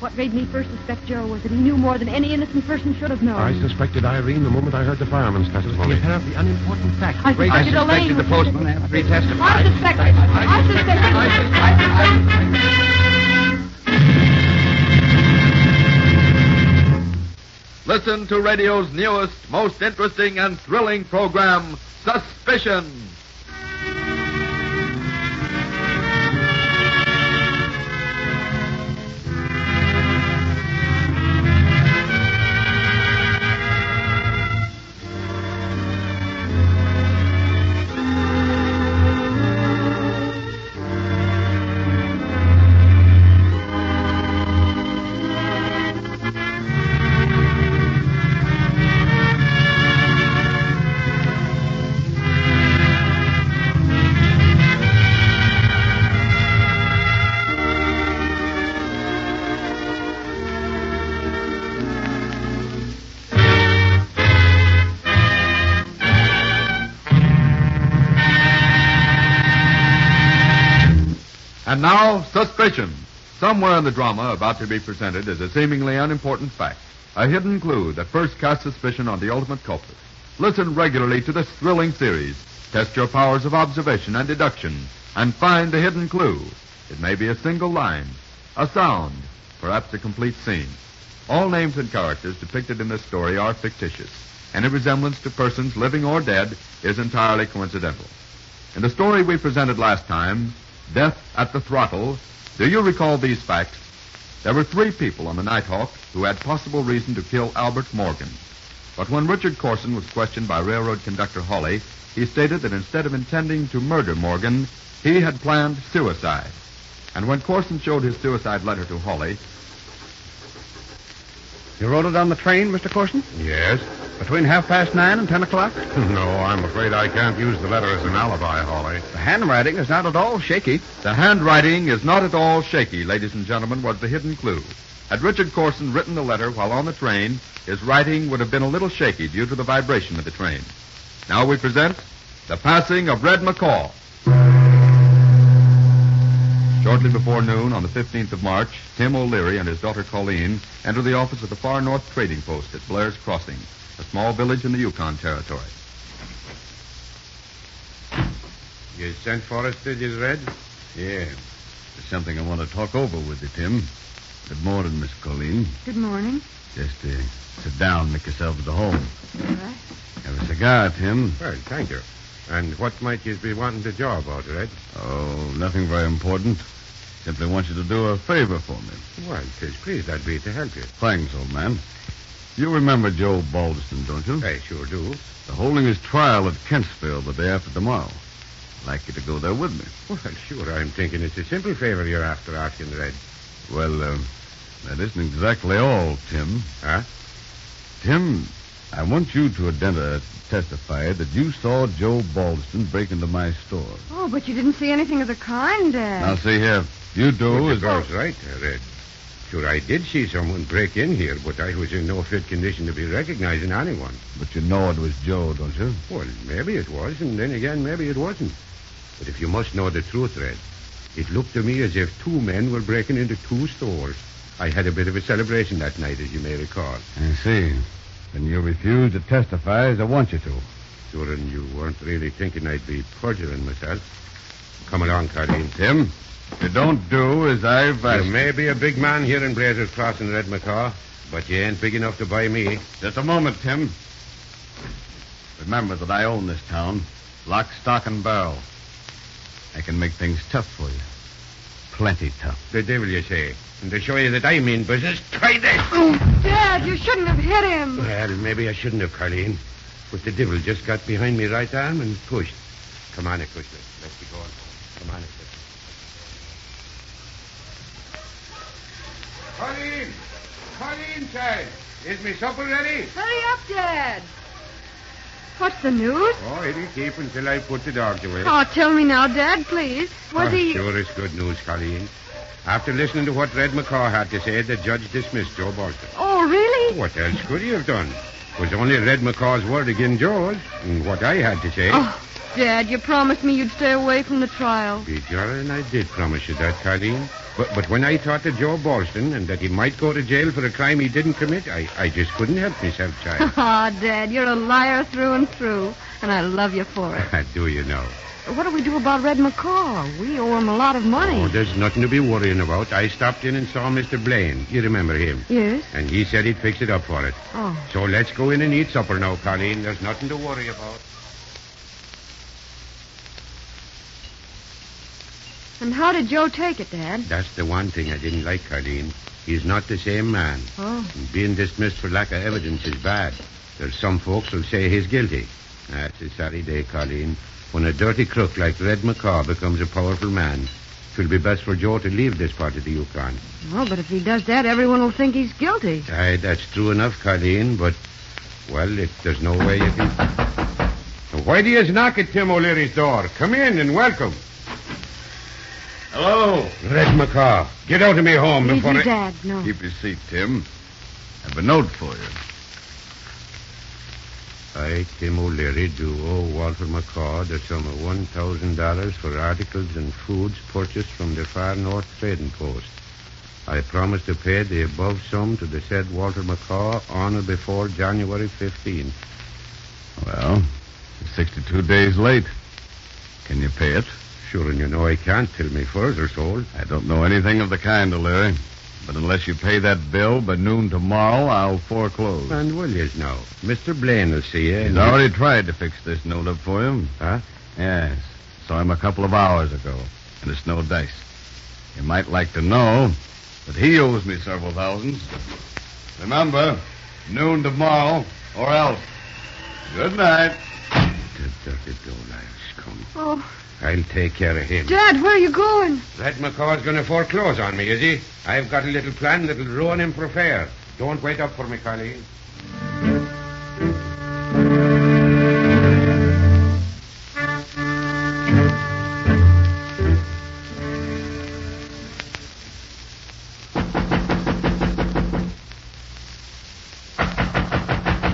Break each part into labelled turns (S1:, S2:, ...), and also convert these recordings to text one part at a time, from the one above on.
S1: what made me first suspect Gerald was that he knew more than any innocent person should have known.
S2: I suspected Irene the moment I heard the fireman's testimony.
S3: You have the unimportant fact.
S1: I
S3: Ray-
S1: suspected Elaine.
S4: the postman after he testified.
S1: I suspected. I suspected.
S5: Listen to radio's newest, most interesting, and thrilling program, Suspicion. And now, Suspicion. Somewhere in the drama about to be presented is a seemingly unimportant fact, a hidden clue that first casts suspicion on the ultimate culprit. Listen regularly to this thrilling series. Test your powers of observation and deduction and find the hidden clue. It may be a single line, a sound, perhaps a complete scene. All names and characters depicted in this story are fictitious. Any resemblance to persons living or dead is entirely coincidental. In the story we presented last time, Death at the Throttle, do you recall these facts? There were three people on the Nighthawk who had possible reason to kill Albert Morgan. But when Richard Corson was questioned by railroad conductor Hawley, he stated that instead of intending to murder Morgan, he had planned suicide. And when Corson showed his suicide letter to Hawley,
S4: You rode it on the train, Mr. Corson?
S2: Yes?
S4: Between half past nine and ten o'clock?
S2: No, I'm afraid I can't use the letter as an alibi, Hawley.
S4: The handwriting is not at all shaky.
S5: The handwriting is not at all shaky, ladies and gentlemen, was the hidden clue. Had Richard Corson written the letter while on the train, his writing would have been a little shaky due to the vibration of the train. Now we present The Passing of Red McCall. Shortly before noon on the 15th of March, Tim O'Leary and his daughter Colleen enter the office of the Far North Trading Post at Blair's Crossing, a small village in the Yukon Territory.
S2: You sent for us, did you, Red?
S3: Yeah. There's something I want to talk over with you, Tim. Good morning, Miss Colleen.
S1: Good morning.
S3: Just uh, sit down, make yourself at home.
S1: All right.
S3: Have a cigar, Tim.
S2: Well, thank you. And what might you be wanting to jaw about, Red?
S3: Oh, nothing very important. Simply want you to do a favor for me.
S2: Well, tis pleased I'd be to help you.
S3: Thanks, old man. You remember Joe Baldston, don't you?
S2: I sure do.
S3: They're holding his trial at Kentsville the day after tomorrow. I'd like you to go there with me.
S2: Well, sure, I'm thinking it's a simple favor you're after asking, Red.
S3: Well, uh, that isn't exactly all, Tim.
S2: Huh?
S3: Tim, I want you to identi- testify that you saw Joe Baldston break into my store.
S1: Oh, but you didn't see anything of the kind, Dad.
S3: Now, see here. You do
S2: Well,
S3: is...
S2: the girl's right, uh, Red. Sure, I did see someone break in here, but I was in no fit condition to be recognizing anyone.
S3: But you know it was Joe, don't you?
S2: Well, maybe it was, and then again, maybe it wasn't. But if you must know the truth, Red, it looked to me as if two men were breaking into two stores. I had a bit of a celebration that night, as you may recall.
S3: I see. Then you refuse to testify as I want you to.
S2: Sure, and you weren't really thinking I'd be perjuring myself. Come along, Colleen.
S3: Tim, you don't do as I've
S2: You
S3: asked.
S2: may be a big man here in Blazer's Crossing, Red McCaw, but you ain't big enough to buy me.
S3: Just a moment, Tim. Remember that I own this town, lock, stock, and barrel. I can make things tough for you. Plenty tough.
S2: The devil, you say. And to show you that I mean business, try this.
S1: Dad, you shouldn't have hit him.
S2: Well, maybe I shouldn't have, Colleen. But the devil just got behind me right arm and pushed. Come on, Acushla. Let's be going. Come on, Acushla. Colleen! Colleen, child! Is me supper ready?
S1: Hurry up, Dad. What's the news?
S2: Oh, it'll keep until I put the dog away.
S1: Oh, tell me now, Dad, please. Was
S2: Oh,
S1: he?
S2: Sure, it's good news, Colleen. After listening to what Red McCaw had to say, the judge dismissed Joe Bolton.
S1: Oh, really?
S2: What else could he have done? It was only Red McCaw's word against Joe's, and what I had to say.
S1: Oh, Dad, you promised me you'd stay away from the trial.
S2: Be darned, I did promise you that, Carleen. But, but when I talked to Joe Ballston and that he might go to jail for a crime he didn't commit, I, I just couldn't help myself, child.
S1: Ah, Dad, you're a liar through and through, and I love you for it.
S2: Do you know?
S1: What do we do about Red McCaw? We owe him a lot of money.
S2: Oh, there's nothing to be worrying about. I stopped in and saw Mr. Blaine. You remember him.
S1: yes?
S2: And he said he'd fix it up for it.
S1: Oh.
S2: So let's go in and eat supper now, Colleen. There's nothing to worry about.
S1: And how did Joe take it, Dad?
S2: That's the one thing I didn't like, Colleen. He's not the same man.
S1: Oh.
S2: And Being dismissed for lack of evidence is bad. There's some folks who'll say he's guilty. That's a sorry day, Colleen. When a dirty crook like Red McCaw becomes a powerful man, it'll be best for Joe to leave this part of the Yukon.
S1: Well, but if he does that, everyone will think he's guilty.
S2: Aye, that's true enough, Colleen, but, well, if there's no way you can. Why do you knock at Tim O'Leary's door? Come in and welcome.
S3: Hello.
S2: Red McCaw, get out of me home
S1: Leave
S2: before
S1: me,
S2: I...
S1: Dad. No.
S3: Keep your seat, Tim. I've a note for you.
S2: I, Tim O'Leary, do owe Walter McCaw the sum of $1,000 for articles and foods purchased from the Far North Trading Post. I promise to pay the above sum to the said Walter McCaw on or before January 15th.
S3: Well, you're 62 days late. Can you pay it?
S2: Sure, and you know I can't till me further sold.
S3: I don't know anything of the kind, O'Leary. But unless you pay that bill by noon tomorrow, I'll foreclose.
S2: And will you now? Mr. Blaine will see you.
S3: He's
S2: and-
S3: already tried to fix this note up for you.
S2: Huh?
S3: Yes. Saw him a couple of hours ago, and it's no dice. You might like to know that he owes me several thousands. Remember, noon tomorrow, or else. Good night.
S2: The dirty dough come.
S1: Oh,
S2: I'll take care of him.
S1: Dad, where are you going?
S2: That McCaw's going to foreclose on me, is he? I've got a little plan that'll ruin him for fair. Don't wait up for me, Colleen.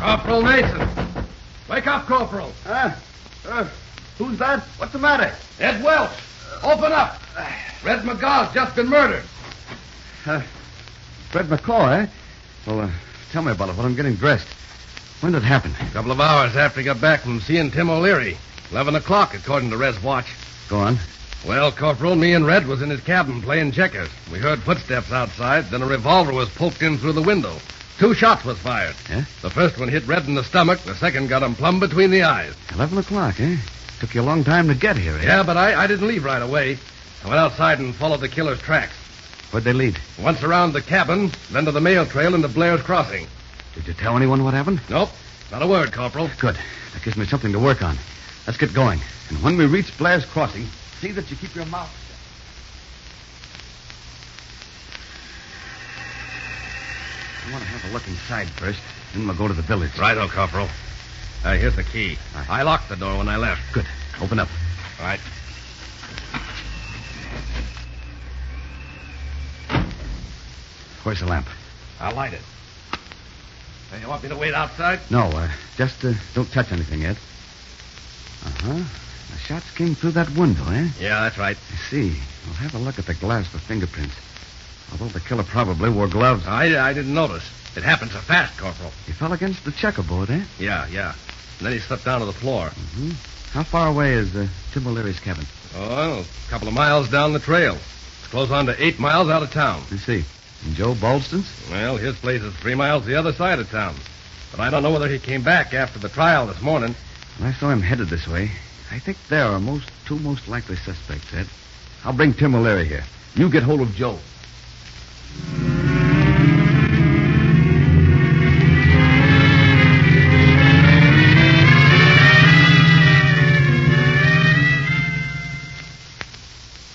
S4: Corporal Mason. Wake up, Corporal.
S3: Uh,
S4: Huh? who's that? What's the matter? Ed Welch. open up. Red McGaw's just been murdered.
S3: Uh, Fred McCaw, eh? Well, uh, tell me about it while I'm getting dressed. When did it happen?
S4: A couple of hours after he got back from seeing Tim O'Leary. Eleven o'clock, according to Red's watch.
S3: Go on.
S4: Well, Corporal, me and Red was in his cabin playing checkers. We heard footsteps outside, then a revolver was poked in through the window. Two shots was fired.
S3: Yeah?
S4: The first one hit Red in the stomach, the second got him plumb between the eyes.
S3: Eleven o'clock, eh? Took you a long time to get here, eh?
S4: Yeah, but I, I didn't leave right away. I went outside and followed the killer's tracks.
S3: Where'd they lead?
S4: Once around the cabin, then to the mail trail into Blair's Crossing.
S3: Did you tell anyone what happened?
S4: Nope, not a word, Corporal.
S3: Good. That gives me something to work on. Let's get going. And when we reach Blair's Crossing, see that you keep your mouth shut. I want to have a look inside first, then we'll go to the village.
S4: Righto, Corporal. Uh, here's the key. I locked the door when I left.
S3: Good. Open up.
S4: All right.
S3: Where's the lamp?
S4: I'll light it. Hey, you want me to wait outside?
S3: No, uh, just uh, don't touch anything yet. Uh huh. The shots came through that window, eh?
S4: Yeah, that's right.
S3: I see. We'll have a look at the glass for fingerprints. Although the killer probably wore gloves.
S4: I, I didn't notice. It happened so fast, Corporal.
S3: He fell against the checkerboard, eh?
S4: Yeah, yeah. And then he slipped down to the floor.
S3: hmm How far away is uh, Tim O'Leary's cabin?
S4: Oh, a couple of miles down the trail. It's close on to eight miles out of town.
S3: Let's see. And Joe Balston's?
S4: Well, his place is three miles the other side of town. But I don't know whether he came back after the trial this morning.
S3: When I saw him headed this way, I think there are most two most likely suspects, Ed. I'll bring Tim O'Leary here. You get hold of Joe.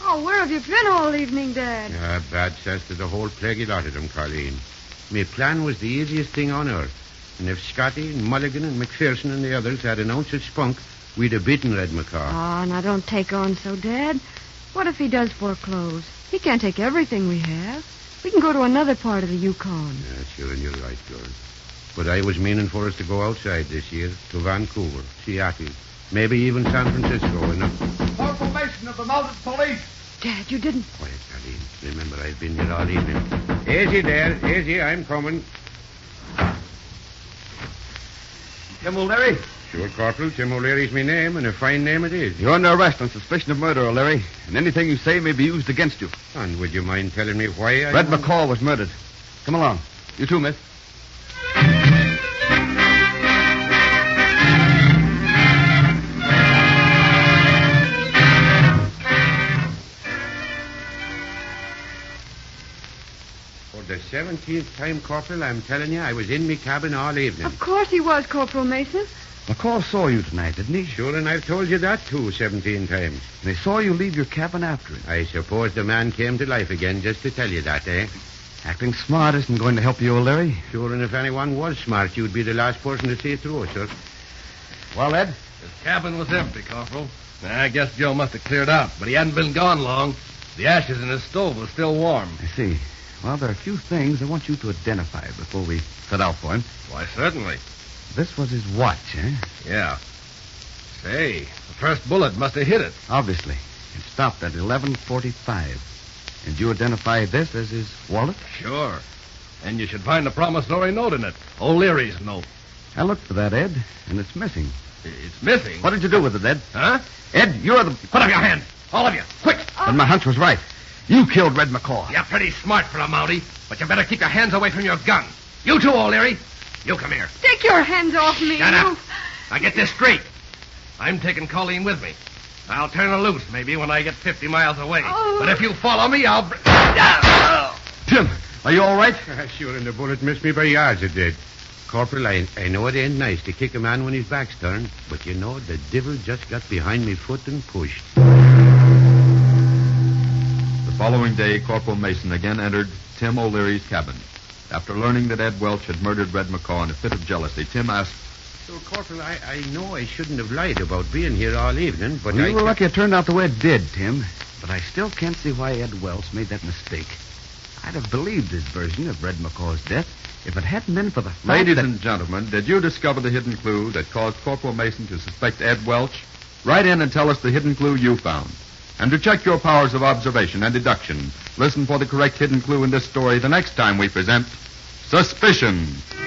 S1: Oh, where have you been all evening, Dad?
S2: Ah, bad chance to the whole plaguey lot of them, Colleen. Me plan was the easiest thing on earth. And if Scotty and Mulligan and McPherson and the others had an ounce of spunk, we'd have beaten Red McCaw.
S1: Ah, now don't take on so, Dad. What if he does foreclose? He can't take everything we have. We can go to another part of the Yukon.
S2: Yeah, sure, and you're right, girl. But I was meaning for us to go outside this year to Vancouver, Seattle, Maybe even San Francisco and up.
S4: For formation of the mounted police.
S1: Dad, you didn't.
S2: Quiet, Darlene. Remember, I've been here all evening. Easy there. Easy. I'm coming.
S4: Jim O'Leary.
S2: Sure, Corporal. Tim O'Leary's my name, and a fine name it is.
S3: You're under arrest on suspicion of murder, O'Leary, and anything you say may be used against you.
S2: And would you mind telling me why I...
S3: Red McCall was murdered. Come along. You too, miss.
S2: For the 17th time, Corporal, I'm telling you, I was in me cabin all evening.
S1: Of course he was, Corporal Mason.
S3: McCall saw you tonight, didn't he?
S2: Sure, and I've told you that, too, 17 times.
S3: They saw you leave your cabin after him.
S2: I suppose the man came to life again just to tell you that, eh?
S3: Acting smart isn't going to help you, O'Leary.
S2: Sure, and if anyone was smart, you'd be the last person to see it through, sir.
S3: Well, Ed,
S4: His cabin was empty, Corporal. I guess Joe must have cleared out, but he hadn't been gone long. The ashes in his stove were still warm.
S3: I see. Well, there are a few things I want you to identify before we set out for him.
S4: Why, certainly.
S3: This was his watch, eh?
S4: Yeah. Say, the first bullet must have hit it.
S3: Obviously. It stopped at 11.45. And you identify this as his wallet?
S4: Sure. And you should find the promissory note in it. O'Leary's note.
S3: I looked for that, Ed, and it's missing.
S4: I- It's missing.
S3: What did you do with it, Ed?
S4: Huh?
S3: Ed, you're the...
S4: Put up your hand. All of you. Quick.
S3: And my hunch was right. You killed Red McCall.
S4: You're pretty smart for a Mountie, but you better keep your hands away from your gun. You too, O'Leary. You come here.
S1: Take your hands off me.
S4: Shut
S1: you.
S4: up. Now get this straight. I'm taking Colleen with me. I'll turn her loose, maybe, when I get 50 miles away.
S1: Oh.
S4: But if you follow me, I'll... br- Ah!
S3: Tim, are you all right?
S2: sure, and the bullet missed me by yards, it did. Corporal, I, I know it ain't nice to kick a man when his back's turned, but you know, the devil just got behind me foot and pushed.
S5: The following day, Corporal Mason again entered Tim O'Leary's cabin. After learning that Ed Welch had murdered Red McCaw in a fit of jealousy, Tim asked,
S2: So, Corporal, I, I know I shouldn't have lied about being here all evening, but
S3: Well,
S2: I...
S3: you were lucky it turned out the way it did, Tim. But I still can't see why Ed Welch made that mistake. I'd have believed his version of Red McCaw's death if it hadn't been for the fact
S5: Ladies
S3: that-
S5: and gentlemen, did you discover the hidden clue that caused Corporal Mason to suspect Ed Welch? Write in and tell us the hidden clue you found. And to check your powers of observation and deduction, listen for the correct hidden clue in this story the next time we present Suspicion.